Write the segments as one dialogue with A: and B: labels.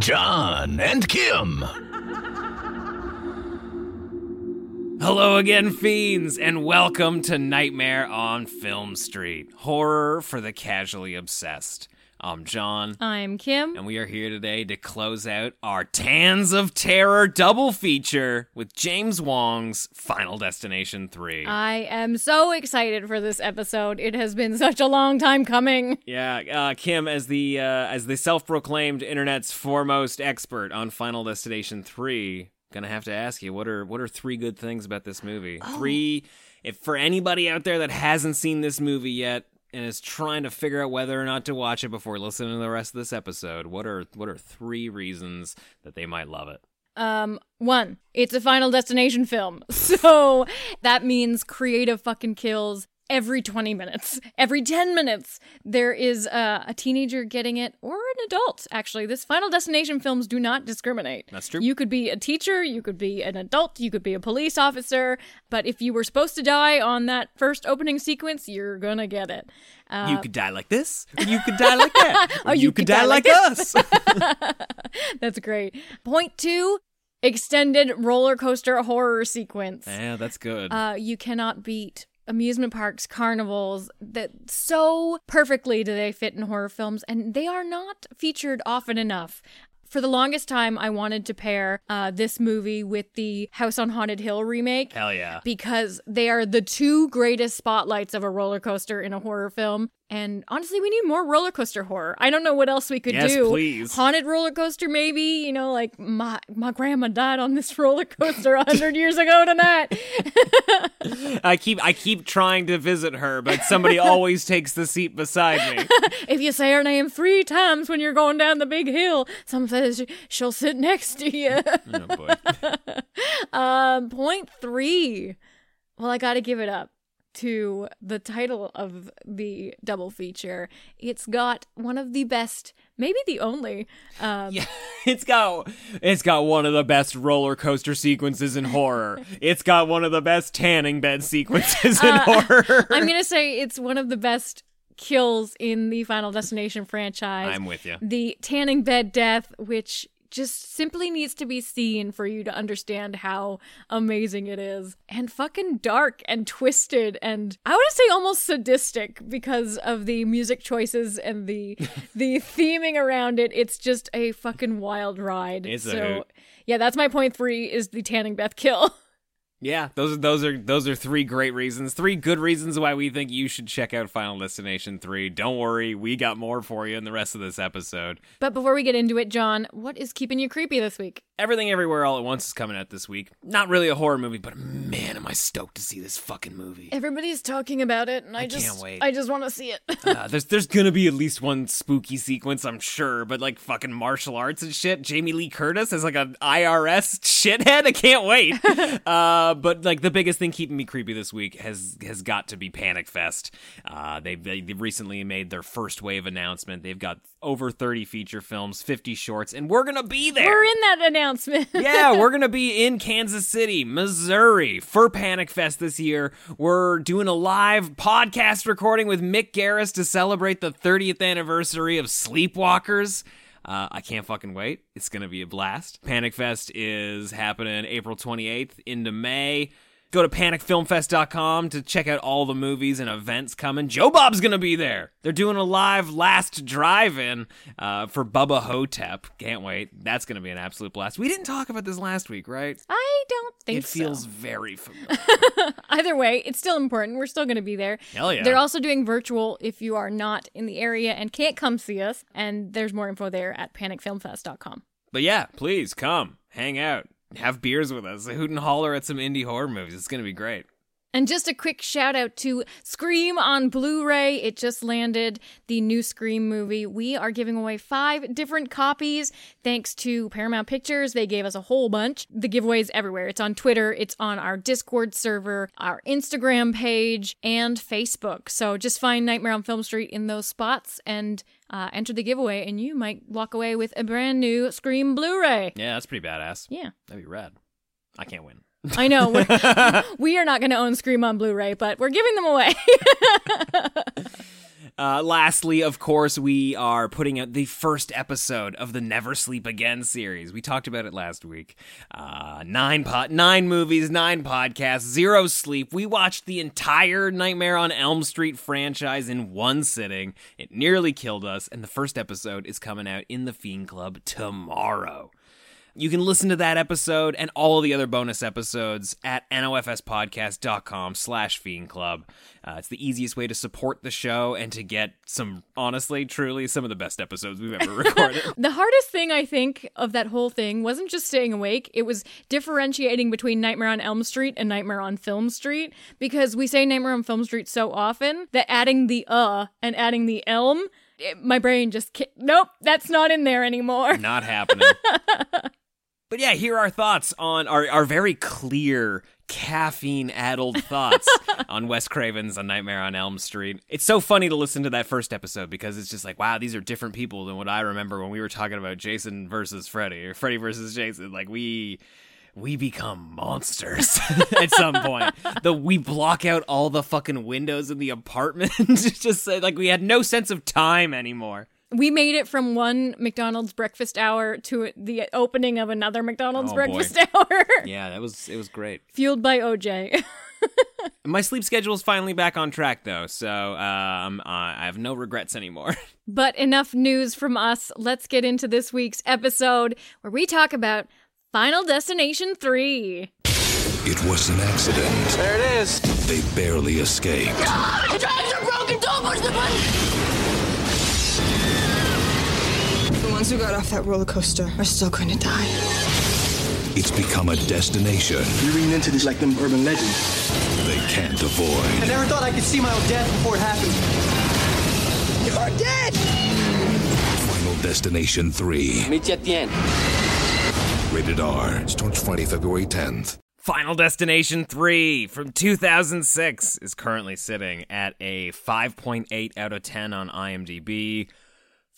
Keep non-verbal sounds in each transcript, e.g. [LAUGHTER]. A: John and Kim.
B: Hello again, fiends, and welcome to Nightmare on Film Street horror for the casually obsessed. I'm John,
C: I'm Kim.
B: and we are here today to close out our Tans of Terror double feature with James Wong's Final Destination 3.
C: I am so excited for this episode. It has been such a long time coming.
B: yeah, uh, Kim, as the uh, as the self-proclaimed internet's foremost expert on Final Destination 3, gonna have to ask you what are what are three good things about this movie? Three, if for anybody out there that hasn't seen this movie yet and is trying to figure out whether or not to watch it before listening to the rest of this episode, what are what are three reasons that they might love it?
C: Um, one, it's a Final Destination film. [LAUGHS] So that means creative fucking kills every 20 minutes, every 10 minutes. There is uh, a teenager getting it, or an adult, actually. This Final Destination films do not discriminate.
B: That's true.
C: You could be a teacher, you could be an adult, you could be a police officer, but if you were supposed to die on that first opening sequence, you're gonna get it.
B: you could die like [LAUGHS] this, or you could die like that, Uh, or
C: Oh,
B: you, could, die, like, us. [LAUGHS]
C: That's great. Point two extended roller coaster horror sequence.
B: yeah, that's good.
C: Uh, you cannot beat amusement parks, carnivals. That so perfectly do they fit in horror films, and they are not featured often enough. For the longest time, I wanted to pair uh, this movie with the House on Haunted Hill remake
B: Hell yeah.
C: because they are the two greatest spotlights of a roller coaster in a horror film. And honestly, we need more roller coaster horror. I don't know what else we could
B: Yes,
C: do.
B: please.
C: Haunted roller coaster, maybe. You know, like my my grandma died on this [LAUGHS] roller coaster a hundred years ago tonight.
B: I keep I keep trying to visit her, but somebody always takes the seat beside me.
C: If you say her name three times when you're going down the big hill, some says she- she'll sit next to you.
B: Oh boy.
C: um, point three. Well, I got to give it up to the title of the double feature. It's got one of the best, maybe the only. Um,
B: [LAUGHS] It's got it's got one of the best roller coaster sequences in horror. It's got one of the best tanning bed sequences in horror.
C: I'm gonna say it's one of the best kills in the Final Destination franchise.
B: I'm with you.
C: the tanning bed death, which just simply needs to be seen for you to understand how amazing it is. And fucking dark and twisted and I want to say almost sadistic because of the music choices
B: [LAUGHS]
C: and the the theming around it. It's just a fucking wild ride.
B: It's a
C: so
B: hoot.
C: yeah, that's my point three is the tanning bed kill. [LAUGHS]
B: Yeah, those are those are those are three great reasons, three good reasons why we think you should check out Final Destination 3. Don't worry, we got more for you in the rest of this episode.
C: But before we get into it, John, what is keeping you creepy this week?
B: Everything Everywhere All at Once is coming out this week. Not really a horror movie, but man, am I stoked to see this fucking movie.
C: Everybody's talking about it and I,
B: can't
C: just
B: wait.
C: I just want
B: [LAUGHS]
C: to see it.
B: Uh, there's there's gonna be at least one spooky sequence, I'm sure, but like fucking martial arts and shit. Jamie Lee Curtis is like an IRS shithead. I can't wait. uh, but like the biggest thing keeping me creepy this week has has got to be Panic Fest. Uh, they they they recently made their first wave announcement. They've got over 30 feature films, 50 shorts, and we're gonna be there.
C: We're in that announcement.
B: yeah, we're gonna be in Kansas City, Missouri for Panic Fest this year. We're doing a live podcast recording with Mick Garris to celebrate the 30th anniversary of Sleepwalkers. Uh, I can't fucking wait. It's gonna be a blast. Panic Fest is happening April 28th into May. Go to panicfilmfest.com to check out all the movies and events coming. Joe Bob's going to be there. They're doing a live last drive in uh, for Bubba Hotep. Can't wait. That's going to be an absolute blast. We didn't talk about this last week, right?
C: [LAUGHS] I don't think
B: It feels
C: so.
B: very familiar.
C: Either way, it's still important. We're still going to be there.
B: Hell yeah.
C: They're also doing virtual if you are not in the area and can't come see us. And there's more info there at panicfilmfest.com.
B: but yeah, please come, hang out, have beers with us, hoot and holler at some indie horror movies. It's going to be great.
C: And just a quick shout out to Scream on Blu ray. It just landed the new Scream movie. We are giving away five different copies thanks to Paramount Pictures. They gave us a whole bunch. The giveaway is everywhere it's on Twitter, it's on our Discord server, our Instagram page, and Facebook. So just find Nightmare on Film Street in those spots and uh, enter the giveaway, and you might walk away with a brand new Scream Blu ray.
B: Yeah, that's pretty badass.
C: Yeah.
B: That'd be rad. I can't win.
C: I know. [LAUGHS] we're- we are not going to own Scream on Blu ray, but we're giving them away.
B: Uh, lastly, of course, we are putting out the first episode of the Never Sleep Again series. We talked about it last week. Uh, nine pot, nine movies, nine podcasts, zero sleep. We watched the entire Nightmare on Elm Street franchise in one sitting. It nearly killed us, and the first episode is coming out in the Fiend Club tomorrow. You can listen to that episode and all the other bonus episodes at nofspodcast.com slash fiend club. Uh, it's the easiest way to support the show and to get some, honestly, truly, some of the best episodes we've ever recorded.
C: The hardest thing I think of that whole thing wasn't just staying awake, it was differentiating between Nightmare on Elm Street and Nightmare on Film Street because we say Nightmare on Film Street so often that adding the uh and adding the elm, it- my brain just ki- nope, that's not in there anymore.
B: Not happening. [LAUGHS] but yeah, here are our thoughts on our, our very clear caffeine addled [LAUGHS] thoughts on Wes Craven's A Nightmare on Elm Street. It's so funny to listen to that first episode because it's just like, wow, these are different people than what I remember when we were talking about Jason versus Freddy or Freddy versus Jason. Like we we become monsters [LAUGHS] at some point. The we block out all the fucking windows in the apartment. [LAUGHS] It's just like we had no sense of time anymore.
C: We made it from one McDonald's breakfast hour to the opening of another McDonald's
B: Oh, boy.
C: breakfast [LAUGHS] hour,
B: Yeah, that was it was great.
C: fueled by [LAUGHS] OJ.
B: My sleep schedule's finally back on track, though, so um, I I have no regrets anymore. [LAUGHS]
C: But enough news from us. Let's get into this week's episode where we talk about Final Destination 3.
D: It was an accident. There it is. They barely escaped.
E: The drives are broken. Don't push the button.
F: The ones who got off that roller coaster are still going to die.
D: It's become a destination
G: You're reading into this like them urban legends.
D: they can't avoid. [LAUGHS]
G: I never thought I could see my own death before it happened. You're dead!
D: Final Destination 3.
H: Meet you at the end.
D: Rated R. Starts Friday, February 10th.
B: Final Destination 3 from 2006 is currently sitting at a 5.8 out of 10 on IMDb,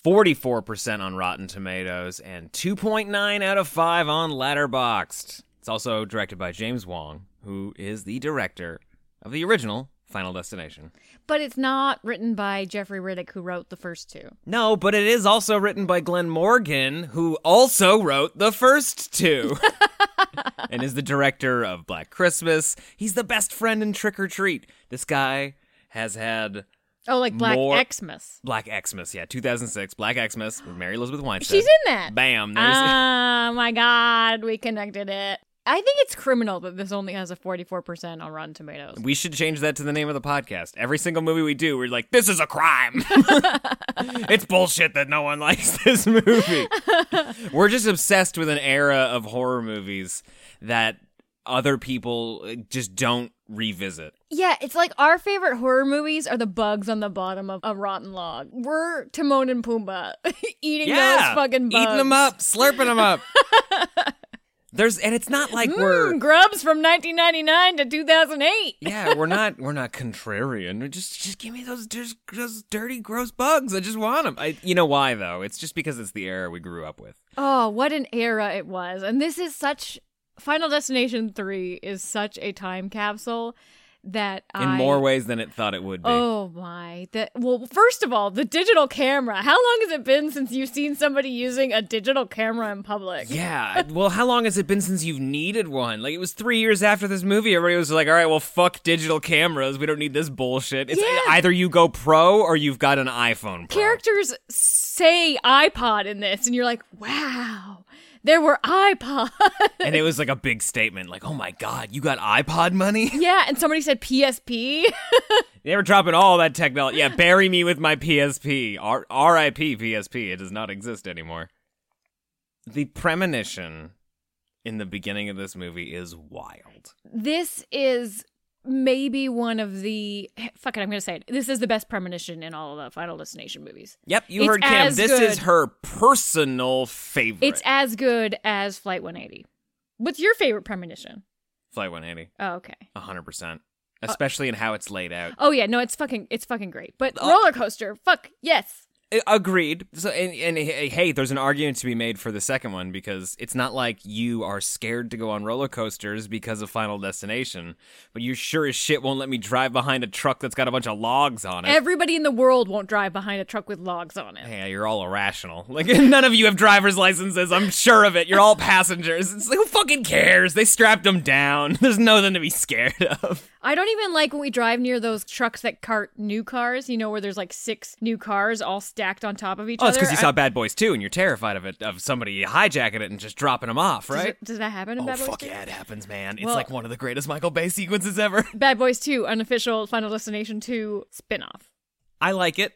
B: 44% on Rotten Tomatoes, and 2.9 out of 5 on Letterboxd. It's also directed by James Wong, who is the director of the original Final Destination.
C: But it's not written by Jeffrey Riddick, who wrote the first two.
B: No, but it is also written by Glenn Morgan, who also wrote the first
C: [LAUGHS]
B: two. and is the director of Black Christmas. He's the best friend in Trick or Treat. This guy has had
C: Oh, like Black
B: More-
C: Xmas.
B: Black Xmas, yeah, 2006, Black Xmas with Mary Elizabeth Weinstein.
C: She's in that.
B: Bam, there's
C: Oh my God, we connected it. I think it's criminal that this only has a 44% on Rotten Tomatoes.
B: We should change that to the name of the podcast. Every single movie we do, we're like, this is a crime. [LAUGHS] it's bullshit that no one [LAUGHS] likes this movie. we're just obsessed with an era of horror movies that other people uh, just don't revisit.
C: Yeah, it's like our favorite horror movies are the bugs on the bottom of a rotten log. We're Timon and Pumbaa [LAUGHS] eating
B: yeah.
C: those fucking bugs.
B: Eating them up, slurping them
C: [LAUGHS]
B: up. There's and it's not like we're
C: Mm, grubs from 1999 to 2008.
B: yeah, we're not we're not contrarian. We're Just just give me those just those dirty gross bugs. I just want them. I you know why though? It's just because it's the era we grew up with.
C: Oh, what an era it was. And this is such Final Destination 3 is such a time capsule that
B: in
C: I
B: more ways than it thought it would be.
C: Oh my. That well, first of all, the digital camera. How long has it been since you've seen somebody using a digital camera in public?
B: Yeah. [LAUGHS] Well, how long has it been since you've needed one? Like it was three years after this movie. Everybody was like, "All right, well, fuck digital cameras. We don't need this bullshit." It's
C: Yeah.
B: either you go pro or you've got an iPhone. Pro.
C: Characters say iPod in this and you're like, "Wow. There were iPods." [LAUGHS]
B: and it was like a big statement, like, "Oh my god, you got iPod money? [LAUGHS]
C: yeah, and somebody said [LAUGHS] PSP.
B: they were dropping all that technology. Yeah, bury me with my PSP. R- R.I.P. PSP. It does not exist anymore." The premonition in the beginning of this movie is wild.
C: this is maybe one of the fuck it, I'm gonna say it. This is the best premonition in all of the Final Destination movies.
B: Yep, you
C: It's
B: heard Kim.
C: as
B: This
C: good.
B: is her personal favorite.
C: It's as good as Flight 180. What's your favorite premonition?
B: Flight 180,
C: Oh, okay.
B: 100%.
C: Uh,
B: Especially in how it's laid out.
C: Oh yeah, no, it's fucking it's fucking great. But
B: Uh,
C: roller coaster, fuck yes.
B: I- Agreed. So and, and h- hey, there's an argument to be made for the second one because it's not like you are scared to go on roller coasters because of Final Destination, but you sure as shit won't let me drive behind a truck that's got a bunch of logs on it.
C: Everybody in the world won't drive behind a truck with logs on it.
B: yeah, you're all irrational. [LAUGHS] Like none of you have driver's licenses. I'm sure of it. You're all passengers. It's like who fucking cares? They strapped them down. [LAUGHS] There's nothing to be scared of.
C: I don't even like when we drive near those trucks that cart new cars, you know, where there's like six new cars all stacked on top of each
B: Oh,
C: other.
B: it's because you
C: I-
B: saw Bad Boys 2 and you're terrified of it of somebody hijacking it and just dropping them off,
C: does,
B: right? Oh,
C: it- does that happen in Bad Boys?
B: fuck
C: 2?
B: yeah, it happens, man. It's
C: Well-
B: like one of the greatest Michael Bay sequences ever. [LAUGHS]
C: Bad Boys 2, unofficial Final Destination 2 spin-off.
B: I like it.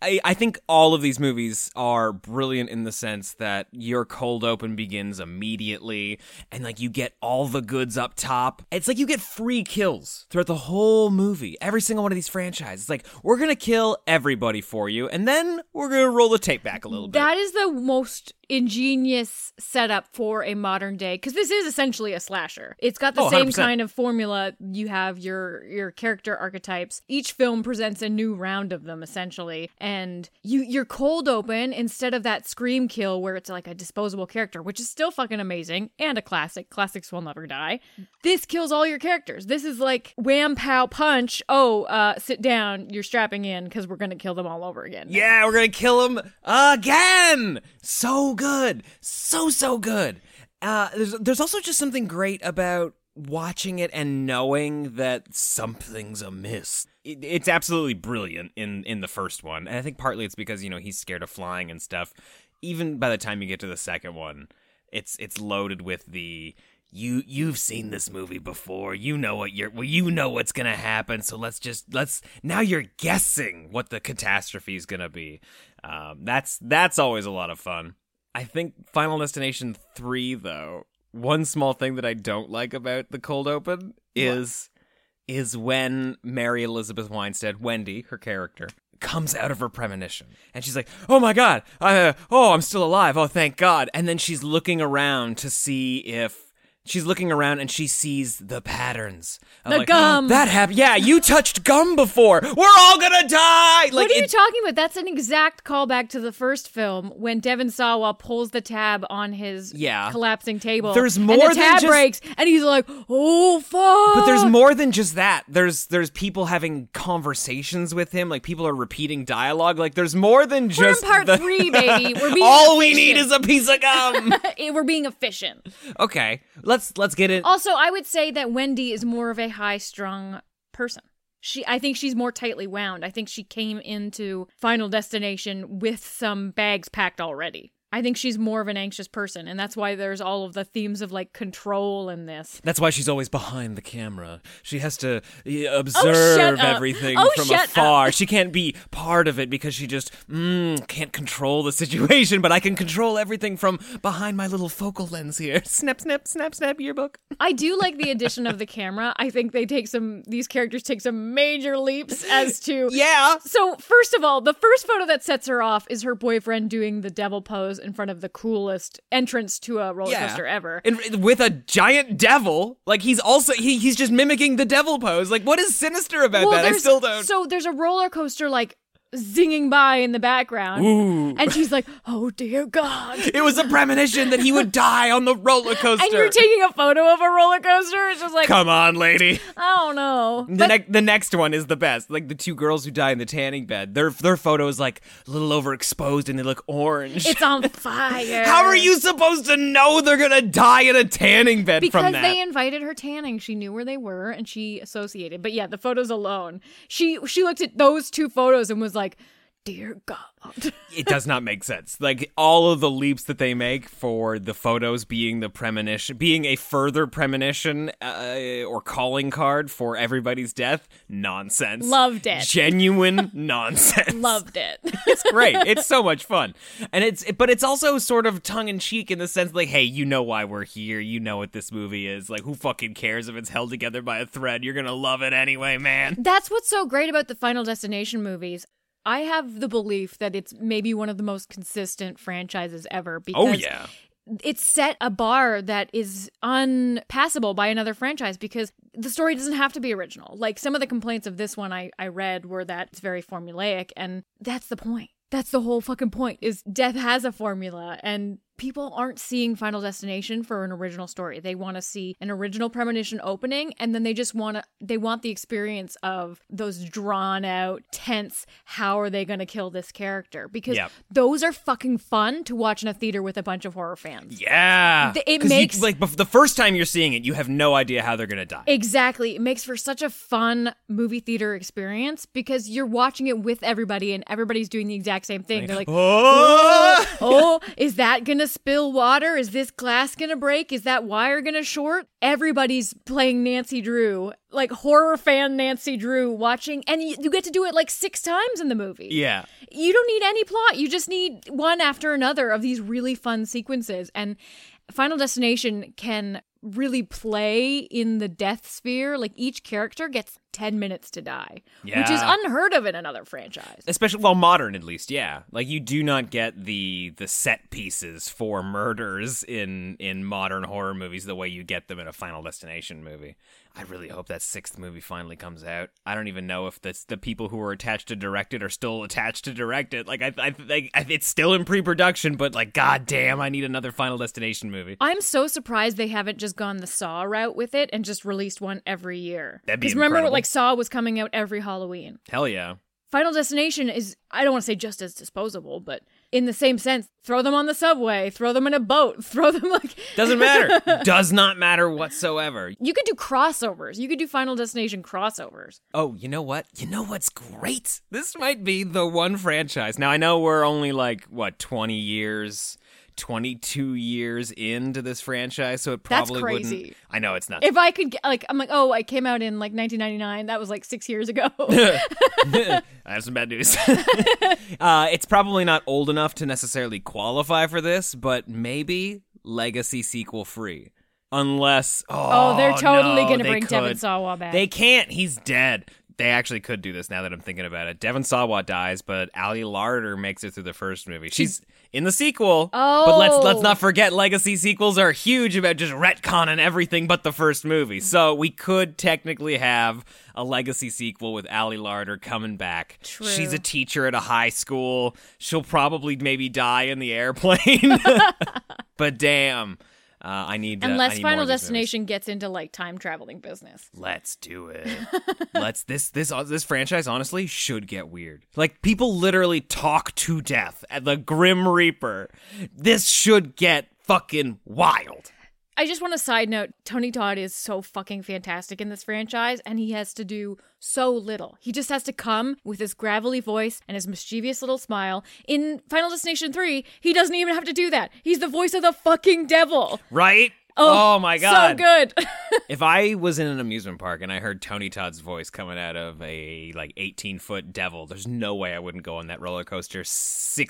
B: I, I think all of these movies are brilliant in the sense that your cold open begins immediately and like you get all the goods up top. It's like you get free kills throughout the whole movie. Every single one of these franchises. It's like we're going to kill everybody for you and then we're going to roll the tape back a little bit.
C: That is the most ingenious setup for a modern day because this is essentially a slasher. It's got the
B: Oh,
C: same
B: 100%.
C: kind of formula. You have your your character archetypes. Each film presents a new round of them essentially, and you you're cold open instead of that scream kill where it's like a disposable character, which is still fucking amazing and a classic. Classics will never die. This kills all your characters. This is like wham pow punch. Oh, uh, sit down. You're strapping in because we're gonna kill them all over again.
B: Yeah, we're gonna kill him again. So good, so so good. Uh, there's there's also just something great about watching it and knowing that something's amiss. It, it's absolutely brilliant in in the first one, and I think partly it's because you know he's scared of flying and stuff. Even by the time you get to the second one, it's it's loaded with the you you've seen this movie before. You know what you're well, you know what's gonna happen. So let's just let's now you're guessing what the catastrophe is gonna be. Um, that's that's always a lot of fun. I think Final Destination three though. One small thing that I don't like about the cold open is is when Mary Elizabeth Winstead, Wendy, her character, comes out of her premonition. And she's like, oh my God, uh, oh, I'm still alive. Oh, thank God. And then she's looking around to see if. She's looking around and she sees the patterns. of
C: The
B: like, "Oh,
C: gum.
B: That happened. Yeah, you touched gum before. We're all gonna die. Like,
C: what are you
B: it-
C: talking about? That's an exact callback to the first film when Devin Sawa pulls the tab on his
B: Yeah.
C: collapsing table.
B: There's
C: and
B: more
C: the
B: than
C: tab
B: just-
C: breaks, and he's like, "Oh fuck!"
B: But there's more than just that. There's there's people having conversations with him. Like people are repeating dialogue. Like there's more than
C: We're in
B: just
C: part
B: the-
C: three, baby.
B: [LAUGHS]
C: We're being
B: all we
C: efficient.
B: need is a piece of gum.
C: Eh, [LAUGHS] We're being efficient.
B: okay, let's let's get it.
C: Also, I would say that Wendy is more of a high-strung person. She, I think she's more tightly wound. I think she came into Final Destination with some bags packed already. I think she's more of an anxious person, and that's why there's all of the themes of like control in this.
B: That's why she's always behind the camera. She has to uh,
C: Oh, shut
B: observe
C: up.
B: everything
C: Oh,
B: from
C: shut
B: afar. She can't be part of it because she just mm, can't control the situation. But I can control everything from behind my little focal lens here. [LAUGHS] Snap, snap, snap, snap. Yearbook.
C: I do like the addition of the camera. I think they take some these characters take some major leaps as to
B: Yeah.
C: So first of all, the first photo that sets her off is her boyfriend doing the devil pose in front of the coolest entrance to a roller coaster ever.
B: And with a giant devil, like he's also he, he's just mimicking the devil pose. Like what is sinister about that? I
C: there's-
B: still don't.
C: So there's a roller coaster like zinging by in the background, and she's like, "Oh
B: [LAUGHS]
C: dear God!"
B: it was a premonition that he would die on the roller coaster.
C: [LAUGHS] And you're taking a photo of a roller coaster. It's just like
B: Come on, lady.
C: I don't know.
B: The, ne- the next one is the best. Like the two girls who die in the tanning bed. Their their photo is like a little overexposed and they look orange.
C: It's
B: [LAUGHS]
C: on fire.
B: How are you supposed to know they're gonna die in a tanning bed
C: because
B: from that?
C: they invited her tanning she knew where they were and she associated but yeah the photos alone she she looked at those two photos and was like dear God. [LAUGHS]
B: it does not make sense. Like all of the leaps that they make for the photos being the premonition, being a further premonition uh, or calling card for everybody's death, nonsense.
C: Loved it. [LAUGHS]
B: Genuine nonsense.
C: Loved it.
B: [LAUGHS] It's great. It's so much fun, and it's but it's also sort of tongue in cheek in the sense like, hey, you know why we're here. You know what this movie is. Like, who fucking cares if it's held together by a thread? You're gonna love it anyway, man.
C: [LAUGHS] That's what's so great about the Final Destination movies. I have the belief that it's maybe one of the most consistent franchises ever because
B: Oh yeah.
C: it set a bar that is unpassable by another franchise because the story doesn't have to be original. Like some of the complaints of this one I, I read were that it's very formulaic, and that's the point. That's the whole fucking point is death has a formula and people aren't seeing Final Destination for an original story. They want to see an original premonition opening and then they just want to they want the experience of those drawn out tense how are they going to kill this character because
B: Yep.
C: those are fucking fun to watch in a theater with a bunch of horror fans.
B: Yeah,
C: Th- it
B: 'Cause you-
C: makes-
B: like bef- the first time you're seeing it, you have no idea how they're gonna die.
C: Exactly. It makes for such a fun movie theater experience because you're watching it with everybody and everybody's doing the exact same thing. They're like,
B: Oh!
C: oh, is that going to spill water? Is this glass going to break? Is that wire going to short? Everybody's playing Nancy Drew, like horror fan Nancy Drew watching. And you, you get to do it like six times in the movie.
B: Yeah,
C: You don't need any plot. You just need one after another of these really fun sequences. And Final Destination can really play in the death sphere. Like each character gets 10 minutes to die, which is
B: Yeah.
C: unheard of in another franchise.
B: especially well, modern at least. Yeah, like you do not get the the set pieces for murders in in modern horror movies the way you get them in a Final Destination movie. I really hope that sixth movie finally comes out. I don't even know if that's the people who are attached to direct it are still attached to direct it. Like I, I, I, I it's still in pre production, but like goddamn, I need another Final Destination movie.
C: I'm so surprised they haven't just gone the Saw route with it and just released one every year.
B: That'd be
C: remember,
B: incredible.
C: like Saw was coming out every Halloween.
B: Hell yeah.
C: Final Destination is, I don't want to say just as disposable, but in the same sense, throw them on the subway, throw them in a boat, [LAUGHS] throw them like.
B: Doesn't matter. Does not matter whatsoever.
C: You could do crossovers. You could do Final Destination crossovers.
B: Oh, you know what? You know what's great? This might be the one franchise. Now, I know we're only like, what, 20 years, 22 years into this franchise, so it
C: That's
B: probably
C: crazy.
B: wouldn't. I know it's not.
C: If I could, get, like, I'm like, oh, I came out in like 1999. That was like six
B: [LAUGHS]
C: years ago. [LAUGHS]
B: I have some bad news. [LAUGHS] uh, it's probably not old enough to necessarily qualify for this, but maybe legacy sequel free. Unless oh,
C: Oh, they're totally
B: no,
C: gonna
B: they
C: bring Devon
B: could.
C: Sawa back.
B: They can't. He's dead. They actually could do this now that I'm thinking about it. Devon Sawa dies, but Ali Larder makes it through the first movie. She's in the sequel. but let's let's
C: Oh.
B: not Uh, forget legacy sequels are huge about just retconning everything but the first movie. So we could technically have a legacy sequel with Ali Larder coming back.
C: True.
B: She's a teacher at a high school. She'll probably maybe die in the airplane. [LAUGHS] but damn, uh, I need to- I
C: Unless
B: need more
C: Final
B: of these movies.
C: Destination gets into like time traveling business.
B: Let's do
C: [LAUGHS]
B: it. Let's this this uh, this franchise honestly should get weird. Like people literally talk to death at the Grim Reaper. This should get fucking wild.
C: I just want to side note Tony Todd is so fucking fantastic in this franchise, and he has to do so little. He just has to come with his gravelly voice and his mischievous little smile. In Final Destination 3, he doesn't even have to do that. He's the voice of the fucking devil.
B: Right? Oh, my god.
C: So good. [LAUGHS]
B: If I was in an amusement park and I heard Tony Todd's voice coming out of a like 18 foot devil, there's no way I wouldn't go on that roller coaster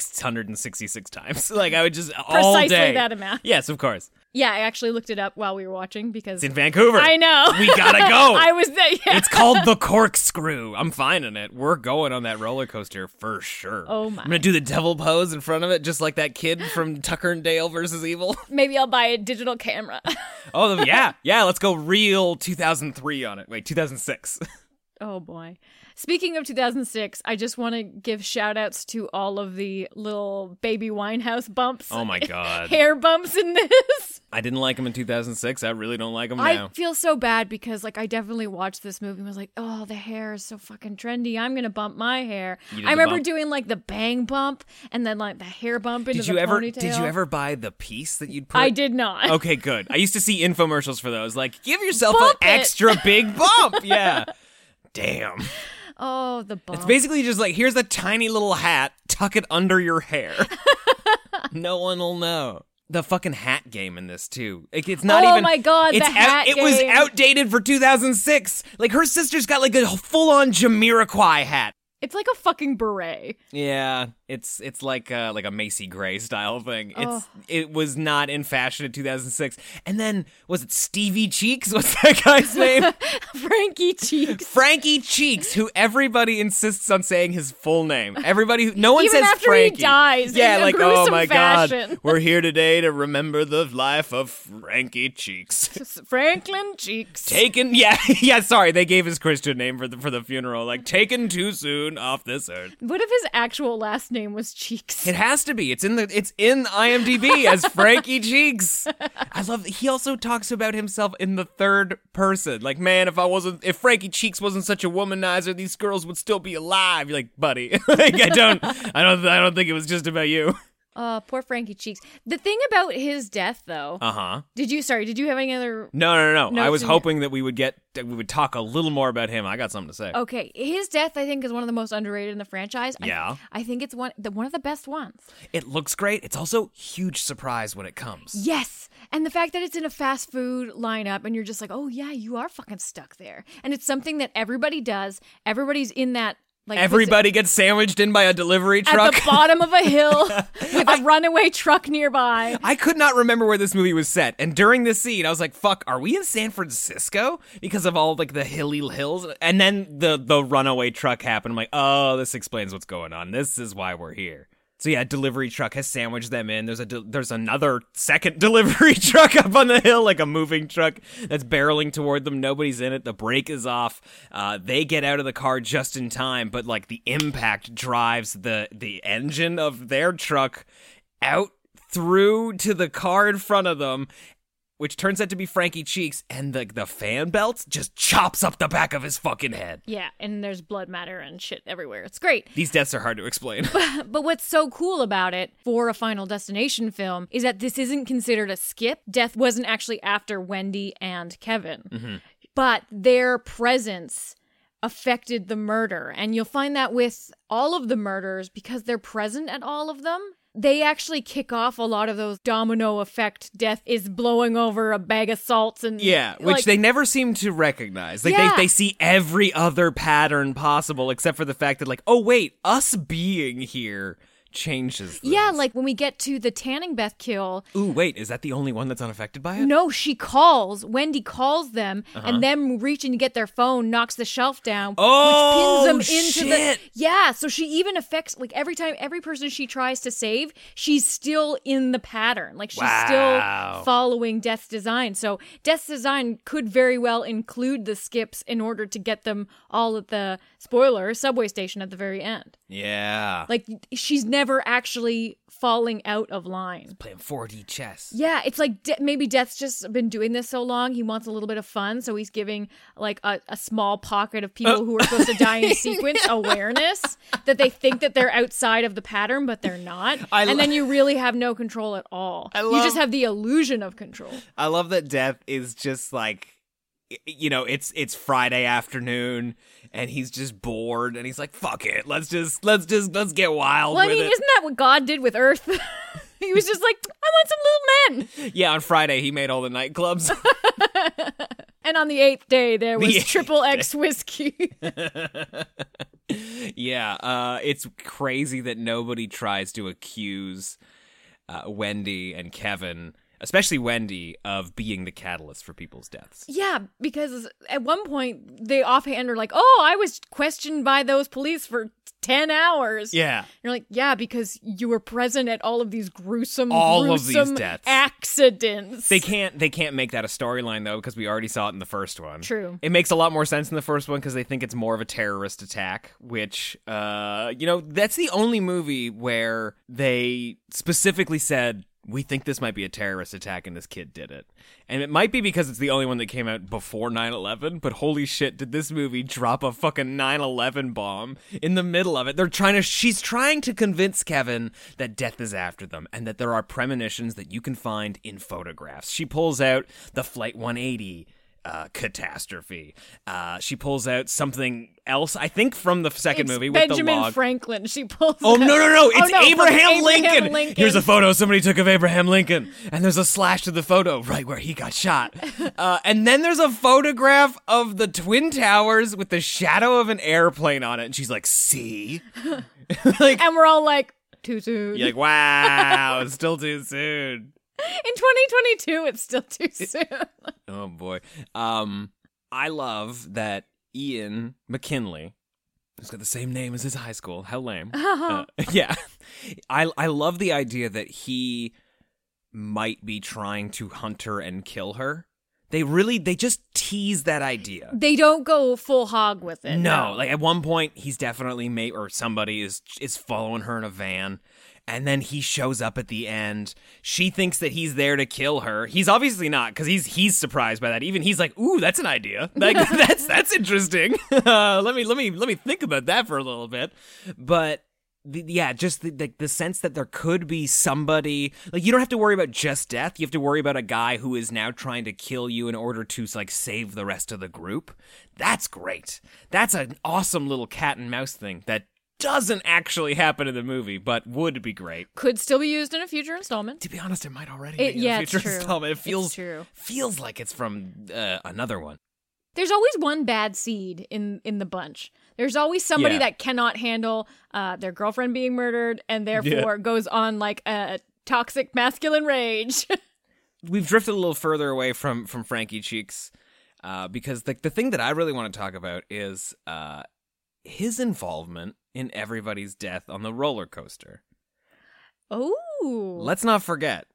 B: 666 times. [LAUGHS] Like I would just all
C: Precisely
B: day.
C: that amount.
B: Yes, of course.
C: yeah, I actually looked it up while we were watching because
B: It's in Vancouver.
C: I know.
B: We gotta go.
C: [LAUGHS] I was there. Yeah.
B: It's called the corkscrew. I'm finding it. We're going on that roller coaster for sure.
C: Oh, my.
B: I'm gonna do the devil pose in front of it, just like that kid from Tucker and Dale versus Evil. [LAUGHS]
C: Maybe I'll buy a digital camera. [LAUGHS]
B: Oh the- yeah, yeah. Let's go real 2003 on it. Wait, 2006.
C: Oh boy. Speaking of 2006, I just want to give shout outs to all of the little baby Winehouse bumps.
B: Oh
C: [LAUGHS]
B: my God.
C: Hair bumps in this.
B: I didn't like him in 2006. I really don't like him
C: I
B: now.
C: feel so bad because like I definitely watched this movie and was like, "Oh, the hair is so fucking trendy. I'm going to bump my hair."
B: did
C: I
B: the
C: remember
B: bump.
C: doing like the bang bump and then like the hair bump into
B: Did you
C: the
B: ever?
C: ponytail.
B: Did you ever buy the piece that you'd put?
C: I did not.
B: Okay, good. I used to see
C: [LAUGHS]
B: infomercials for those. Like, give yourself
C: Bump it.
B: an extra big bump. Yeah. Damn.
C: [LAUGHS] Oh, the bump.
B: It's basically just like here's a tiny little hat, tuck it under your
C: [LAUGHS]
B: hair. no one will know. The fucking hat game in this too. Like, it's not
C: Oh
B: even.
C: my God,
B: It's
C: the hat
B: It was
C: game.
B: outdated for 2006. Like her sister's got like a full-on Jamiroquai hat.
C: It's like a fucking beret. [LAUGHS]
B: Yeah, it's it's like uh like a Macy Gray style thing. It's
C: Oh.
B: it was not in fashion in 2006. And then was it Stevie Cheeks? [LAUGHS] What's that guy's
C: [LAUGHS]
B: name? [LAUGHS]
C: Frankie Cheeks.
B: Frankie Cheeks, who everybody insists on saying his full name. Everybody, who, no one
C: Even
B: says
C: after he
B: Frankie.
C: dies
B: Yeah,
C: in a
B: like oh
C: gruesome
B: my god,
C: fashion. [LAUGHS]
B: we're here today to remember the life of Frankie Cheeks.
C: Franklin Cheeks.
B: Taken, [LAUGHS] yeah, yeah. Sorry, they gave his Christian name for the for the funeral. Like taken too soon off this earth.
C: what if his actual last name was Cheeks?
B: It has to be. It's in the. It's in IMDb [LAUGHS] as Frankie Cheeks. I love. He also talks about himself in the third person. Like, man, if I wasn't, if Frankie Cheeks wasn't such a womanizer, these girls would still be alive. You're like, buddy, [LAUGHS] like, I don't, I don't, I don't think it was just about you.
C: Uh, poor Frankie Cheeks. The thing about his death, though,
B: Uh huh.
C: did you? Sorry, did you have any other?
B: No, no, no, no.
C: No,
B: I was
C: so-
B: hoping that we would get, that we would talk a little more about him. I got something to say.
C: Okay, his death I think is one of the most underrated in the franchise. I-
B: Yeah.
C: I, think it's one the one of the best ones.
B: It looks great. It's also huge surprise when it comes.
C: Yes, and the fact that it's in a fast food lineup and you're just like, oh yeah, you are fucking stuck there, and it's something that everybody does. Everybody's in that like posi-
B: Everybody gets sandwiched in by a delivery truck.
C: at the bottom of a
B: [LAUGHS]
C: hill with a runaway truck nearby.
B: I could not remember where this movie was set, and during this scene, I was like, "Fuck, are we in San Francisco?" Because of all like the hilly hills, and then the the runaway truck happened. I'm like, "Oh, this explains what's going on. This is why we're here." So yeah, delivery truck has sandwiched them in. There's a del- there's another second [LAUGHS] delivery truck up on the hill, like a moving truck that's barreling toward them. Nobody's in it. The brake is off. Uh, they get out of the car just in time, but like the impact drives the the engine of their truck out through to the car in front of them, which turns out to be Frankie Cheeks, and the the fan belt just chops up the back of his fucking head.
C: Yeah, and there's blood matter and shit everywhere. It's great.
B: These deaths are hard to explain.
C: But what's so cool about it for a Final Destination film is that this isn't considered a skip. Death wasn't actually after Wendy and Kevin,
B: Mm-hmm.
C: but their presence affected the murder. And you'll find that with all of the murders because they're present at all of them. They actually kick off a lot of those domino effect. Death is blowing over a bag of salts
B: [LAUGHS]
C: and
B: yeah, which
C: like-
B: they never seem to recognize. Like
C: Yeah.
B: they, they see every other pattern possible except for the fact that like, oh wait, us being here changes. This.
C: yeah, like when we get to the Tanning Beth kill,
B: Ooh, wait, is that the only one that's unaffected by it?
C: No, she calls. Wendy calls them,
B: Uh-huh.
C: and them reaching to get their phone knocks the shelf down,
B: Oh,
C: which pins them into
B: shit.
C: the yeah. So she even affects like every time every person she tries to save, she's still in the pattern. Like she's
B: Wow.
C: still following Death's design. So Death's design could very well include the skips in order to get them all at the spoiler subway station at the very end.
B: Yeah.
C: Like she's never actually falling out of line.
B: Playing 4D chess.
C: Yeah, it's like de- maybe Death's just been doing this so long, he wants a little bit of fun, so he's giving like a, a small pocket of people who are supposed to die
B: [LAUGHS]
C: in sequence awareness that they think that they're outside of the pattern, but they're not.
B: I
C: and
B: lo-
C: then you really have no control at all.
B: I
C: you
B: love-
C: just have the illusion of control.
B: I love that death is just like y- you know it's it's friday afternoon and he's just bored and he's like fuck it let's just let's just let's get wild
C: Well, I
B: with
C: mean,
B: it
C: isn't that what God did with Earth? [LAUGHS] he was just like, I want some little men.
B: yeah on friday he made all the nightclubs
C: And on the eighth day, there was
B: eighth
C: triple X whiskey. [LAUGHS]
B: yeah uh it's crazy that nobody tries to accuse uh, wendy and kevin especially wendy of being the catalyst for people's deaths
C: Yeah, because at one point they offhand are like, "Oh, I was questioned by those police for ten hours."
B: yeah
C: And you're like, "Yeah, because you were present at all of these gruesome,
B: All of these
C: gruesome
B: deaths.
C: accidents."
B: They can't. They can't make that a storyline though, because we already saw it in the first one.
C: True.
B: It makes a lot more sense in the first one because they think it's more of a terrorist attack. Which, uh, you know, that's the only movie where they specifically said we think this might be a terrorist attack and this kid did it. And it might be because it's the only one that came out before 9/11, but holy shit, did this movie drop a fucking 9/11 bomb in the middle of it. They're trying to she's trying to convince Kevin that death is after them and that there are premonitions that you can find in photographs. She pulls out the flight 180 uh, catastrophe. Uh, she pulls out something else, I think, from the second
C: It's
B: movie with the
C: Benjamin
B: log.
C: Franklin. She pulls.
B: Oh
C: out-
B: no no no!
C: Oh,
B: It's
C: no, from
B: Abraham, Lincoln.
C: Lincoln.
B: Here's a photo somebody took of Abraham Lincoln, and there's a slash to the photo right where he got
C: [LAUGHS]
B: shot. Uh, and then there's a photograph of the twin towers with the shadow of an airplane on it, and she's like, "See." like
C: and we're all like, too soon.
B: you're like, "Wow, it's still too soon."
C: [LAUGHS] In 2022, it's still too soon. [LAUGHS]
B: Oh boy. Um, I love that Ian McKinley, who's got the same name as his high school. How lame. Uh, [LAUGHS] yeah. I I love the idea that he might be trying to hunt her and kill her. They really they just tease that idea.
C: they don't go full hog with it.
B: No, like at one point he's definitely mate or somebody is is following her in a van. And then he shows up at the end. She thinks that he's there to kill her. He's obviously not because he's he's surprised by that. Even he's like, "Ooh, that's an
C: [LAUGHS]
B: idea. Like [LAUGHS] that's that's interesting. [LAUGHS] Uh, let me let me let me think about that for a little bit." But the, yeah, just the, the the sense that there could be somebody like you don't have to worry about just death. You have to worry about a guy who is now trying to kill you in order to like save the rest of the group. That's great. That's an awesome little cat and mouse thing that doesn't actually happen in the movie, but would be great.
C: Could still be used in a future installment.
B: To be honest, it might already
C: It-
B: be
C: yeah,
B: in a
C: it's
B: future [LAUGHS]
C: true.
B: installment. It
C: It's
B: feels
C: true.
B: feels like it's from uh, another one.
C: There's always one bad seed in in the bunch. There's always somebody
B: Yeah.
C: that cannot handle uh, their girlfriend being murdered and therefore goes on like a toxic masculine rage. [LAUGHS]
B: we've drifted a little further away from from Frankie Cheeks uh, because the the thing that I really want to talk about is uh, his involvement in everybody's death on the roller coaster.
C: oh.
B: Let's not forget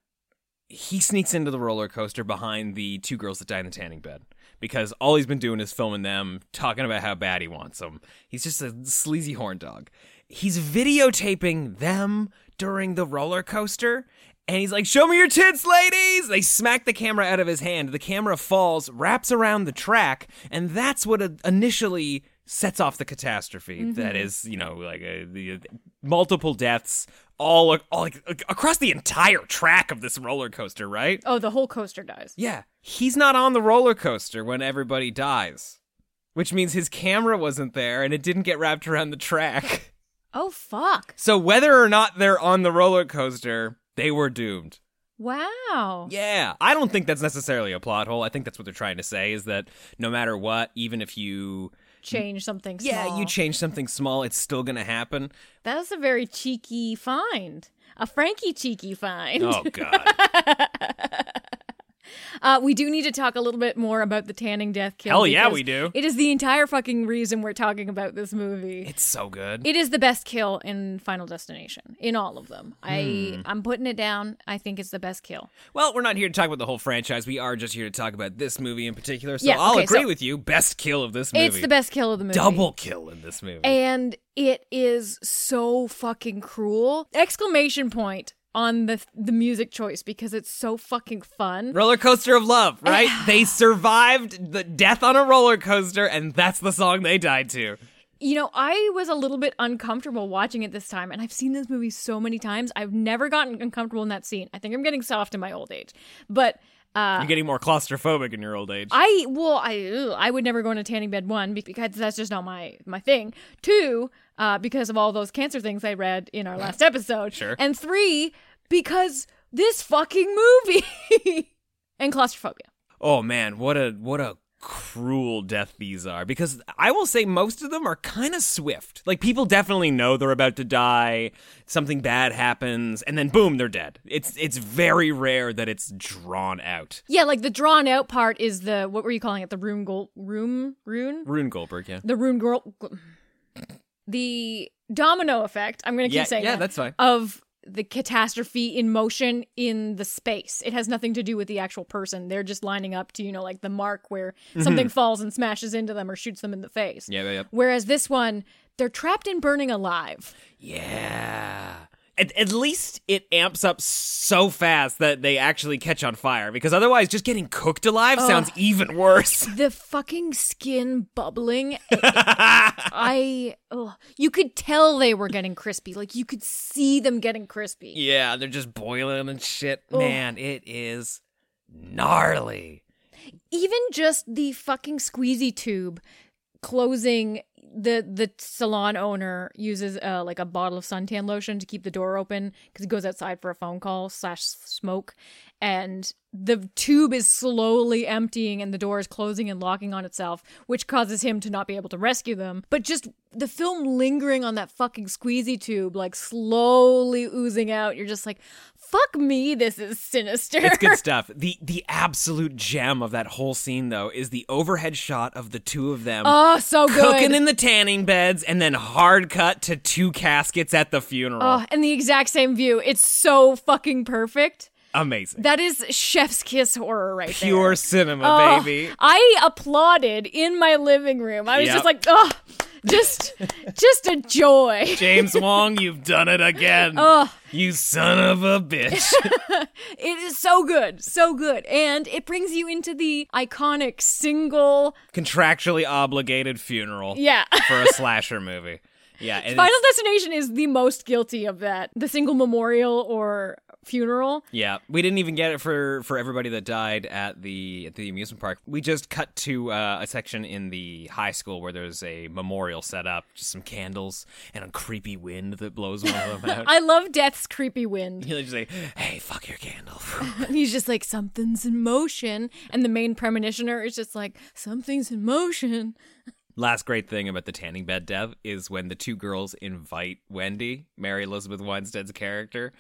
B: he sneaks into the roller coaster behind the two girls that die in the tanning bed because all he's been doing is filming them talking about how bad he wants them. He's just a sleazy horn dog. He's videotaping them during the roller coaster and he's like, "Show me your tits, ladies!" They smack the camera out of his hand. The camera falls, wraps around the track, and that's what uh, initially sets off the catastrophe that is, you know, like uh, the multiple deaths all, all like, across the entire track of this roller coaster, right?
C: oh, the whole coaster dies.
B: Yeah, he's not on the roller coaster when everybody dies, which means his camera wasn't there and it didn't get wrapped around the track. [LAUGHS]
C: Oh fuck.
B: So whether or not they're on the roller coaster, they were doomed.
C: Wow.
B: Yeah, I don't think that's necessarily a plot hole. I think that's what they're trying to say is that no matter what, even if you
C: Change something small.
B: yeah you change something small, it's still gonna happen.
C: That was a very cheeky find. A Frankie cheeky find.
B: Oh god,
C: Uh, we do need to talk a little bit more about the tanning death kill.
B: Hell yeah,
C: because
B: we do.
C: It is the entire fucking reason we're talking about this movie.
B: it's so good.
C: it is the best kill in Final Destination, in all of them.
B: Hmm.
C: I I'm putting it down. I think it's the best kill.
B: well, we're not here to talk about the whole franchise. We are just here to talk about this movie in particular. So
C: Yeah,
B: I'll
C: okay,
B: agree
C: so-
B: with you. Best kill of this movie.
C: It's the best kill of the movie.
B: double kill in this movie.
C: And it is so fucking cruel. Exclamation point on the the music choice because it's so fucking fun.
B: roller coaster of love, right?
C: [SIGHS]
B: they survived the death on a roller coaster, and that's the song they died to.
C: You know, I was a little bit uncomfortable watching it this time, and I've seen this movie so many times. I've never gotten uncomfortable in that scene. I think I'm getting soft in my old age, but uh,
B: You're getting more claustrophobic in your old age.
C: I well, I ugh, I would never go into tanning bed one be- because that's just not my my thing. Two, uh, because of all those cancer things I read in our last episode.
B: Sure.
C: And three, because this fucking movie [LAUGHS] and claustrophobia.
B: Oh man, what a what a cruel death these are because I will say most of them are kind of swift. Like people definitely know they're about to die, something bad happens and then boom, they're dead. It's it's very rare that it's drawn out.
C: Yeah, like the drawn out part is the what were you calling it? The room goal room rune
B: Rune Goldberg, yeah.
C: the rune girl the domino effect i'm gonna keep
B: Yeah,
C: saying
B: yeah,
C: that,
B: that's fine.
C: of the catastrophe in motion in the space it has nothing to do with the actual person they're just lining up to you know like the mark where something falls and smashes into them or shoots them in the face
B: Mm-hmm. Yeah, yeah, yeah.
C: whereas this one they're trapped and burning alive
B: Yeah. At, at least it amps up so fast that they actually catch on fire because otherwise just getting cooked alive sounds even worse.
C: the fucking skin bubbling
B: [LAUGHS]
C: i ugh. you could tell they were getting crispy like you could see them getting crispy
B: Yeah, they're just boiling and shit. Man, it is gnarly.
C: even just the fucking squeezy tube closing the the salon owner uses uh like a bottle of suntan lotion to keep the door open because he goes outside for a phone call slash smoke and the tube is slowly emptying and the door is closing and locking on itself which causes him to not be able to rescue them but just the film lingering on that fucking squeezy tube like slowly oozing out you're just like fuck me this is sinister
B: It's good stuff. The the absolute gem of that whole scene though is the overhead shot of the two of them
C: [LAUGHS] oh so good
B: cooking in the tanning beds and then hard cut to two caskets at the funeral.
C: Oh, and the exact same view. It's so fucking perfect.
B: Amazing.
C: That is chef's kiss horror right there.
B: Pure cinema,
C: Oh,
B: baby.
C: I applauded in my living room. I was
B: Yep.
C: just like, oh, just, just a joy. [LAUGHS]
B: James Wong, you've done it again. Oh. You son of a
C: [LAUGHS]
B: bitch.
C: It is so good, so good, and it brings you into the iconic single.
B: Contractually obligated funeral
C: Yeah.
B: for a slasher movie. Yeah. and
C: Final
B: it's-
C: Destination is the most guilty of that. The single memorial or funeral.
B: Yeah, we didn't even get it for for everybody that died at the at the amusement park. We just cut to uh, a section in the high school where there's a memorial set up, just some candles and a creepy wind that blows one of them out.
C: [LAUGHS]
B: [LAUGHS]
C: I love Death's creepy wind.
B: You know, just like, hey, fuck your candle. [LAUGHS]
C: And he's just like, something's in motion. And the main premonitioner is just like, something's in motion.
B: Last great thing about the tanning bed dev is when the two girls invite Wendy, Mary Elizabeth Winstead's character,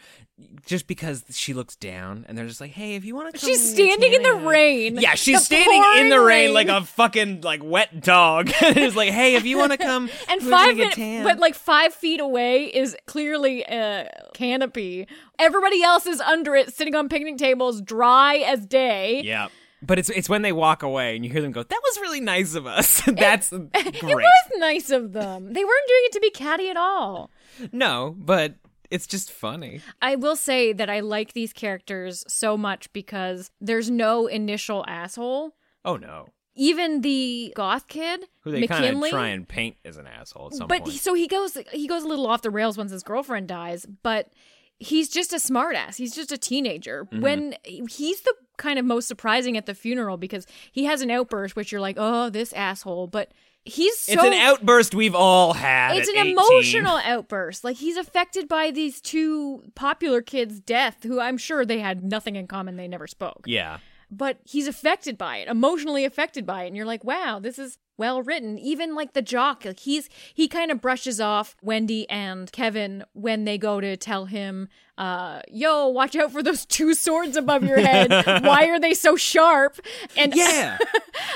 B: just because she looks down, and they're just like, "Hey, if you want to,"
C: She's standing in the rain. [LAUGHS]
B: Yeah, she's
C: The
B: standing in the
C: pouring
B: rain, like a fucking like wet dog. [LAUGHS] and it's like, "Hey, if you want to come,
C: [LAUGHS] And
B: we're
C: five
B: gonna get
C: minutes,
B: tan."
C: but like five feet away is clearly a canopy. Everybody else is under it, sitting on picnic tables, dry as day.
B: yeah. But it's it's when they walk away and you hear them go, "That was really nice of us." [LAUGHS] That's
C: [LAUGHS] It
B: great.
C: was nice of them. They weren't doing it to be catty at all.
B: No, but it's just funny.
C: I will say that I like these characters so much because there's no initial asshole.
B: Oh no,
C: Even the goth kid,
B: who they kind of
C: McKinley,
B: try and paint as an asshole at some
C: but
B: point.
C: he- so he goes he goes a little off the rails once his girlfriend dies, but he's just a smartass. He's just a teenager.
B: Mm-hmm.
C: When he's the kind of most surprising at the funeral because he has an outburst which you're like, "Oh, this asshole." But he's so
B: it's an outburst we've all had.
C: it's
B: at
C: an
B: 18.
C: emotional outburst. Like he's affected by these two popular kids' death, who I'm sure they had nothing in common. They never spoke,
B: [LAUGHS] Yeah.
C: but he's affected by it, emotionally affected by it. And you're like, wow, this is well written. Even like the jock, like he's he kind of brushes off Wendy and Kevin when they go to tell him, uh, "Yo, watch out for those [LAUGHS] two swords above your head. Why are they so sharp?" And
B: Yeah.
C: [LAUGHS]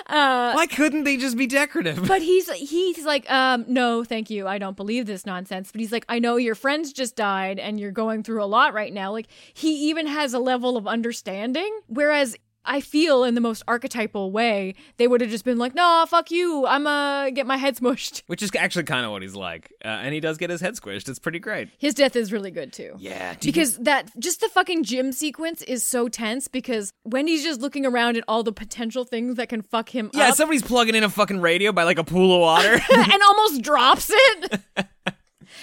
C: Uh,
B: Why couldn't they just be decorative? [LAUGHS]
C: But he's he's like, um, no, thank you, I don't believe this nonsense. But he's like, I know your friends just died and you're going through a lot right now. Like he even has a level of understanding, whereas. I feel in the most archetypal way, they would have just been like, nah, fuck you. I'm uh get my head [LAUGHS] smushed.
B: Which is actually kind of what he's like. Uh, and he does get his head squished. It's pretty great.
C: His death is really good too.
B: Yeah.
C: Because that just the fucking gym sequence is so tense because Wendy's just looking around at all the potential things that can fuck him
B: yeah,
C: up
B: somebody's plugging in a fucking radio by like a pool of water.
C: [LAUGHS] and almost drops it. [LAUGHS]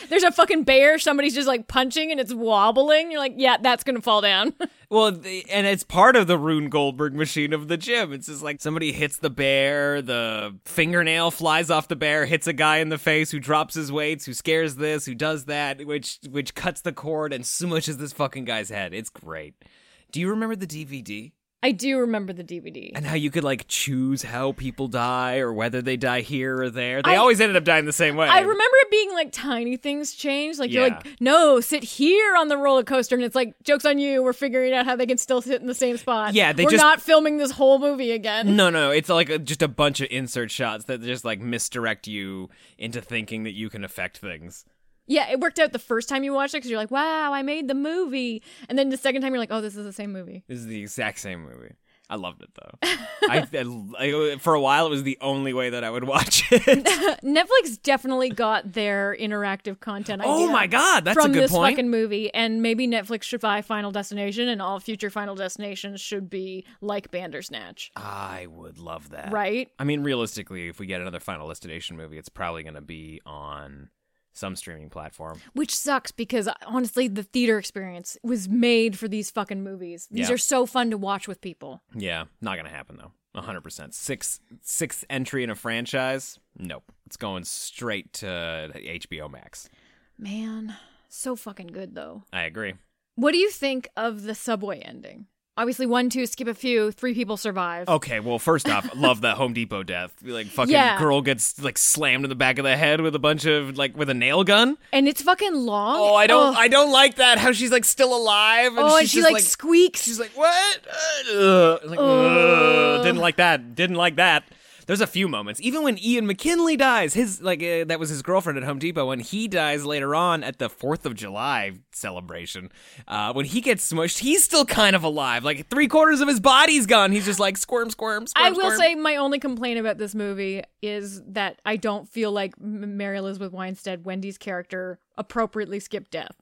C: There's a fucking bear. Somebody's just like punching and it's wobbling. You're like, yeah, that's gonna fall down.
B: [LAUGHS]
C: [LAUGHS]
B: well, the, and it's part of the Rune Goldberg machine of the gym. It's just like somebody hits the bear, the fingernail flies off the bear, hits a guy in the face who drops his weights, who scares this, who does that, which which cuts the cord and smushes this fucking guy's head. It's great. Do you remember the DVD?
C: I do remember the DVD.
B: and how you could like choose how people die or whether they die here or there. They
C: I-
B: always ended up dying the same way.
C: I remember it being like tiny things change. Like you're
B: Yeah.
C: like, no, sit here on the roller coaster, and it's like, jokes on you. We're figuring out how they can still sit in the same spot.
B: Yeah, they
C: we're
B: just-
C: not filming this whole movie again.
B: No, no, it's like a, just a bunch of insert shots that just like misdirect you into thinking that you can affect things.
C: Yeah, it worked out the first time you watched it because you're like, wow, I made the movie, and then the second time you're like, oh, this is the same movie.
B: This is the exact same movie. I loved it though. [LAUGHS] I, I- I- for a while it was the only way that I would watch it.
C: Netflix definitely got their interactive content.
B: oh
C: idea.
B: my god, that's
C: from
B: a good
C: this
B: point.
C: fucking movie, and maybe Netflix should buy Final Destination, and all future Final Destinations should be like Bandersnatch,
B: [LAUGHS] I would love that.
C: right?
B: I mean, realistically, if we get another Final Destination movie, it's probably going to be on some streaming platform.
C: Which sucks because honestly, the theater experience was made for these fucking movies. These
B: Yeah.
C: are so fun to watch with people.
B: Yeah, not going to happen though. 100%. Sixth sixth entry in a franchise? Nope. It's going straight to HBO Max.
C: Man, so fucking good though.
B: I agree.
C: What do you think of the subway ending? Obviously, one, two, skip a few, three people survive.
B: Okay, well, first [LAUGHS] off, love that Home Depot death. Like fucking
C: Yeah.
B: girl gets like slammed in the back of the head with a bunch of like with a nail gun.
C: And it's fucking long.
B: Oh, I don't,
C: Ugh.
B: I don't like that. How she's like still alive. And
C: oh,
B: she's
C: and she
B: just,
C: like, squeaks.
B: She's like, what? Uh, like, "Ugh." didn't like that. Didn't like that. There's a few moments. Even when Ian McKinley dies, his like uh, that was his girlfriend at Home Depot, and he dies later on at the Fourth of July celebration. Uh, when he gets smushed, he's still kind of alive. Like three quarters of his body's gone. He's just like squirm, squirm, squirm.
C: I will
B: squirm.
C: say my only complaint about this movie is that I don't feel like M- Mary Elizabeth Winstead, Wendy's character, appropriately skipped death.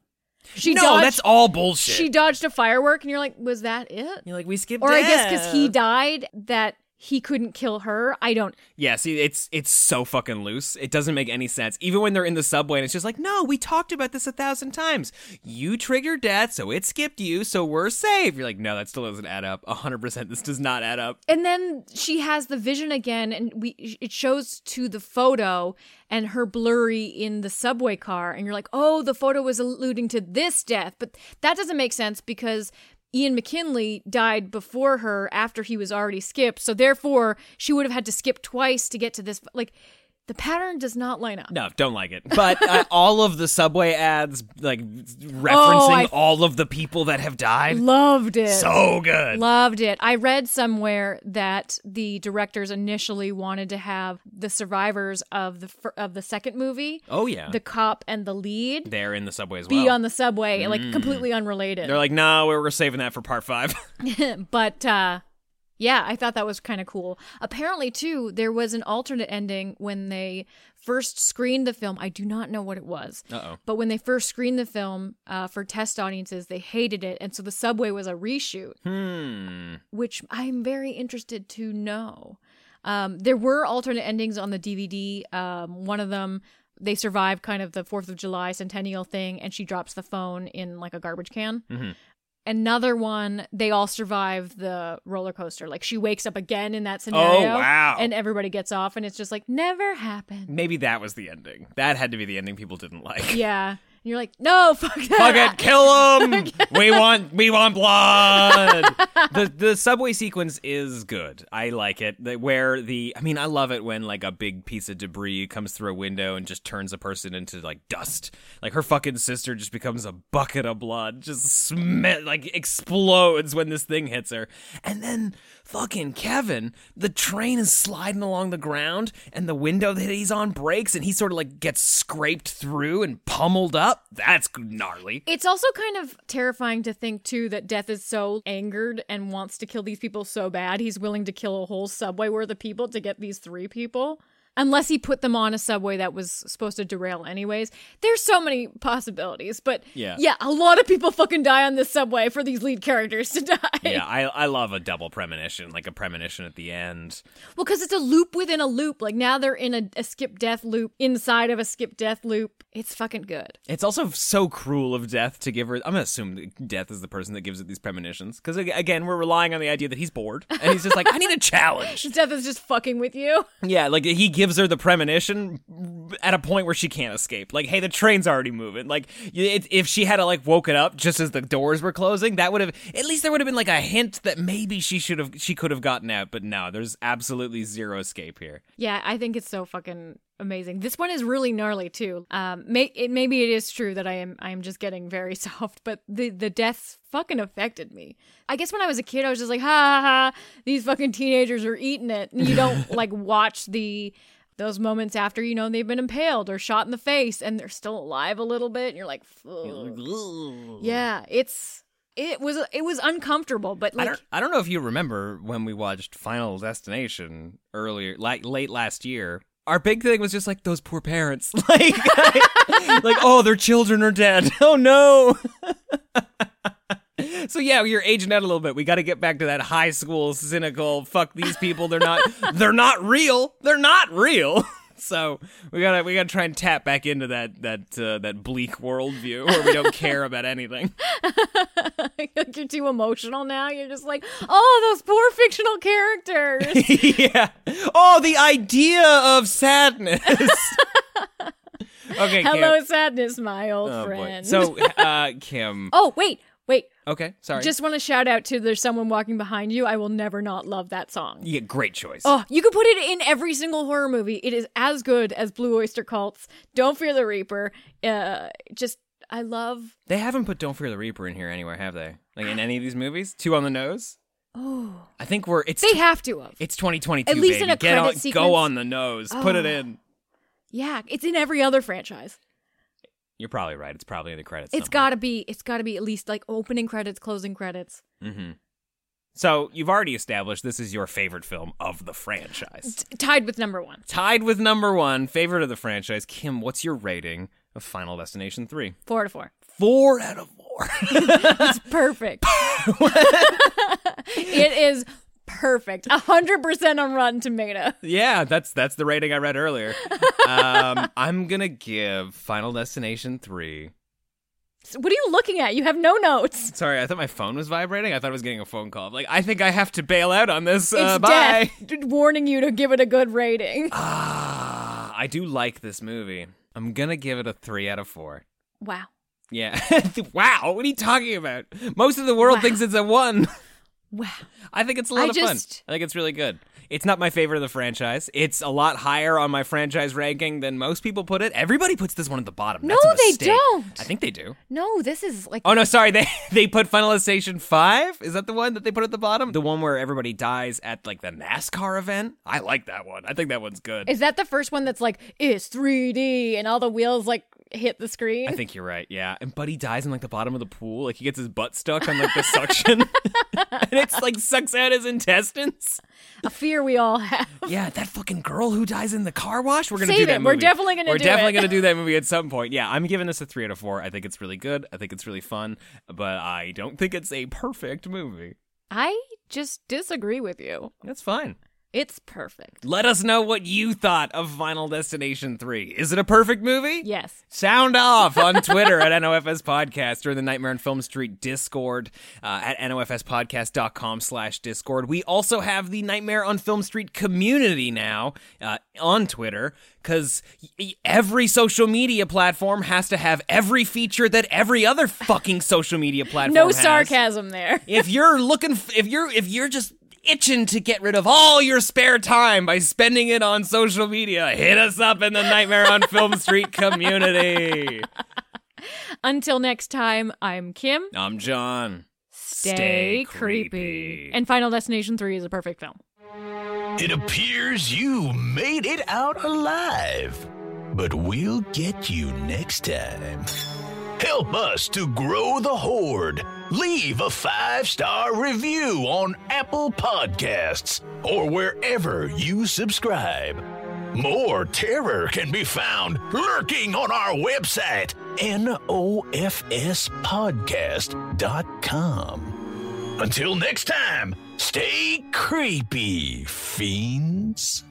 C: She
B: no,
C: dodged,
B: that's all bullshit.
C: she dodged a firework, and you're like, was that it?
B: You're like we skipped.
C: Or I guess
B: death.
C: because he died that he couldn't kill her. I don't.
B: Yeah, see, it's it's so fucking loose. It doesn't make any sense. Even when they're in the subway, and it's just like, no, we talked about this a thousand times. You triggered death, so it skipped you, so we're safe. You're like, no, that still doesn't add up. hundred percent, this does not add up.
C: And then she has the vision again, and we it shows to the photo and her blurry in the subway car, and you're like, oh, the photo was alluding to this death, but that doesn't make sense because Ian McKinley died before her after he was already skipped, so therefore she would have had to skip twice to get to this. Like, the pattern does not line up.
B: No, don't like it. But
C: [LAUGHS]
B: uh, all of the subway ads, like referencing
C: Oh, I-
B: all of the people that have died,
C: Loved it.
B: so good.
C: Loved it. I read somewhere that the directors initially wanted to have the survivors of the fir- of the second movie,
B: oh yeah,
C: the cop and the lead,
B: they're in the subway as well.
C: be on the subway, like completely unrelated.
B: Mm. they're like, no, we're, we're saving that for part five.
C: but uh, yeah, I thought that was kind of cool. Apparently, too, there was an alternate ending when they first screened the film. I do not know what it was.
B: Uh-oh.
C: But when they first screened the film uh, for test audiences, they hated it, and so the subway was a reshoot.
B: hmm.
C: which I'm very interested to know. Um, there were alternate endings on the DVD. Um, one of them, they survive kind of the Fourth of July centennial thing, and she drops the phone in like a garbage can.
B: Mm-hmm.
C: Another one, they all survive the roller coaster. Like she wakes up again in that scenario.
B: Oh, wow.
C: And everybody gets off, and it's just like
B: [LAUGHS]
C: never happened.
B: Maybe that was the ending. That had to be the ending people didn't like.
C: yeah, and you're like, no, fuck
B: Fuck
C: that.
B: it, kill him. we want, we want blood. the the subway sequence is good. I like it. The- Where the, I mean, I love it when like a big piece of debris comes through a window and just turns a person into like dust. Like her fucking sister just becomes a bucket of blood, just smet like explodes when this thing hits her. And then fucking Kevin, the train is sliding along the ground, and the window that he's on breaks, and he sort of like gets scraped through and pummeled up. That's gnarly.
C: It's also kind of terrifying to think too that Death is so angered and wants to kill these people so bad he's willing to kill a whole subway worth of people to get these three people. Unless he put them on a subway that was supposed to derail anyways. There's so many possibilities, but
B: Yeah.
C: yeah a lot of people fucking die on this subway for these lead characters to [LAUGHS] die.
B: Yeah, I, I love a double premonition, like a premonition at the end.
C: Well, because it's a loop within a loop. Like now they're in a, a skip death loop inside of a skip death loop. It's fucking good.
B: It's also so cruel of Death to give her. I'm gonna assume that Death is the person that gives it these premonitions because again, we're relying on the idea that he's bored and he's just like, I need a
C: [LAUGHS]
B: challenge.
C: Death is just fucking with you. [LAUGHS]
B: Yeah, like he gives her the premonition at a point where she can't escape. Like, hey, the train's already moving. Like, y- it, if she had uh, like woken up just as the doors were closing, that would have at least there would have been like a hint that maybe she should have she could have gotten out. But no, there's absolutely zero escape here.
C: Yeah, I think it's so fucking amazing. This one is really gnarly too. Um, may- it, maybe it is true that I am I am just getting very [LAUGHS] soft, but the the deaths fucking affected me. I guess when I was a kid, I was just like, ha ha, ha these fucking teenagers are eating it, and
B: [LAUGHS]
C: you don't like watch the those moments after you know they've been impaled or shot in the face and they're still alive a little bit, and you're like, "Ugh." yeah, it's it was it was uncomfortable, but
B: I
C: like
B: don't, I don't know if you remember when we watched Final Destination earlier, like late last year. Our big thing was just like those poor parents, [LAUGHS] like, like, oh, their children are dead. [LAUGHS] Oh no. So yeah, you're aging out a little bit. We got to get back to that [LAUGHS] high school cynical. Fuck these people. They're not. they're not real. [LAUGHS] They're not real. so we gotta we gotta try and tap back into that that uh, that bleak worldview where we don't care about anything.
C: [LAUGHS] Like, you're too emotional now. You're just like, oh, those poor fictional
B: [LAUGHS]
C: characters.
B: yeah. Oh, the idea of sadness. [LAUGHS] okay.
C: Hello,
B: Kim.
C: sadness, my old
B: Oh, boy.
C: friend.
B: So, uh, Kim.
C: oh, wait, wait.
B: Okay. Sorry.
C: Just want to shout out to "There's Someone Walking Behind You." I will never not love that song.
B: yeah. Great choice.
C: Oh, you could put it in every single horror movie. It is as good as Blue Oyster Cult's "Don't Fear the Reaper." Uh, just I love.
B: They haven't put "Don't Fear the Reaper" in here anywhere, have they? Like in any of these movies? Two on the nose. Oh. I think we're it's
C: They have to have.
B: it's 2022.
C: At least
B: baby.
C: in a
B: Get
C: credit
B: on,
C: sequence. Oh.
B: Go on the nose. Put it in.
C: yeah, it's in every other franchise.
B: You're probably right. It's probably in the credits.
C: It's gotta be. It's gotta be at least like opening credits, closing credits.
B: Mm-hmm. So you've already established this is your favorite film of the franchise,
C: T- tied with number one.
B: tied with number one favorite of the franchise. Kim, what's your rating of Final Destination Three?
C: Four to four.
B: Four out of four. [LAUGHS]
C: [LAUGHS] Perfect. it is perfect. A hundred percent on Rotten Tomato.
B: Yeah, that's that's the rating I read earlier. um, [LAUGHS] I'm gonna give Final Destination three.
C: What are you looking at? You have no notes.
B: Sorry, I thought my phone was vibrating. I thought I was getting a phone call. Like, I think I have to bail out on this.
C: It's
B: uh, bye. [LAUGHS]
C: death d- warning you to give it a good rating.
B: Ah, I do like this movie. I'm gonna give it a three out of four.
C: Wow.
B: Yeah. [LAUGHS] wow. What are you talking about? Most of the world thinks it's a one. [LAUGHS]
C: Wow.
B: I think it's a lot
C: I
B: of fun.
C: just-
B: I think it's really good. It's not my favorite of the franchise. It's a lot higher on my franchise ranking than most people put it. Everybody puts this one at the bottom.
C: No,
B: That's a
C: they
B: mistake.
C: don't.
B: I think they do.
C: No, this is like
B: Oh no, sorry. [LAUGHS] They they put Finalization Five. Is that the one that they put at the bottom? The one where everybody dies at like the NASCAR event. I like that one. I think that one's good.
C: Is that the first one that's like it's 3D and all the wheels like hit the screen?
B: I think you're right. Yeah, and Buddy dies in like the bottom of the pool. Like he gets his butt stuck on like the suction, [LAUGHS] and it's like sucks out his intestines.
C: a fear we all have.
B: Yeah, that fucking girl who dies in the car wash. We're gonna
C: Save
B: do that.
C: it. We're
B: movie.
C: definitely gonna
B: We're
C: do
B: definitely
C: it.
B: gonna
C: [LAUGHS]
B: do that movie at some point. Yeah, I'm giving this a three out of four. I think it's really good. I think it's really fun, but I don't think it's a perfect movie.
C: I just disagree with you.
B: That's fine.
C: It's perfect.
B: Let us know what you thought of Final Destination 3. Is it a perfect movie?
C: Yes.
B: Sound off on [LAUGHS] Twitter at NOFS Podcast or the Nightmare on Film Street Discord uh, at NOFSpodcast.com slash Discord. We also have the Nightmare on Film Street community now uh, on Twitter because every social media platform has to have every feature that every other fucking social media platform
C: No
B: has
C: sarcasm there.
B: if you're looking f- if you're if you're just itching to get rid of all your spare time by spending it on social media hit us up in the nightmare on film street community
C: Until next time, I'm Kim.
B: [LAUGHS] i'm john
C: Stay,
B: Stay
C: creepy.
B: creepy.
C: And Final Destination 3 is a perfect film.
A: It appears you made it out alive. But we'll get you next time. Help us to grow the horde. Leave a five star review on Apple Podcasts or wherever you subscribe. More terror can be found lurking on our website, nofspodcast.com. Until next time, stay creepy, fiends.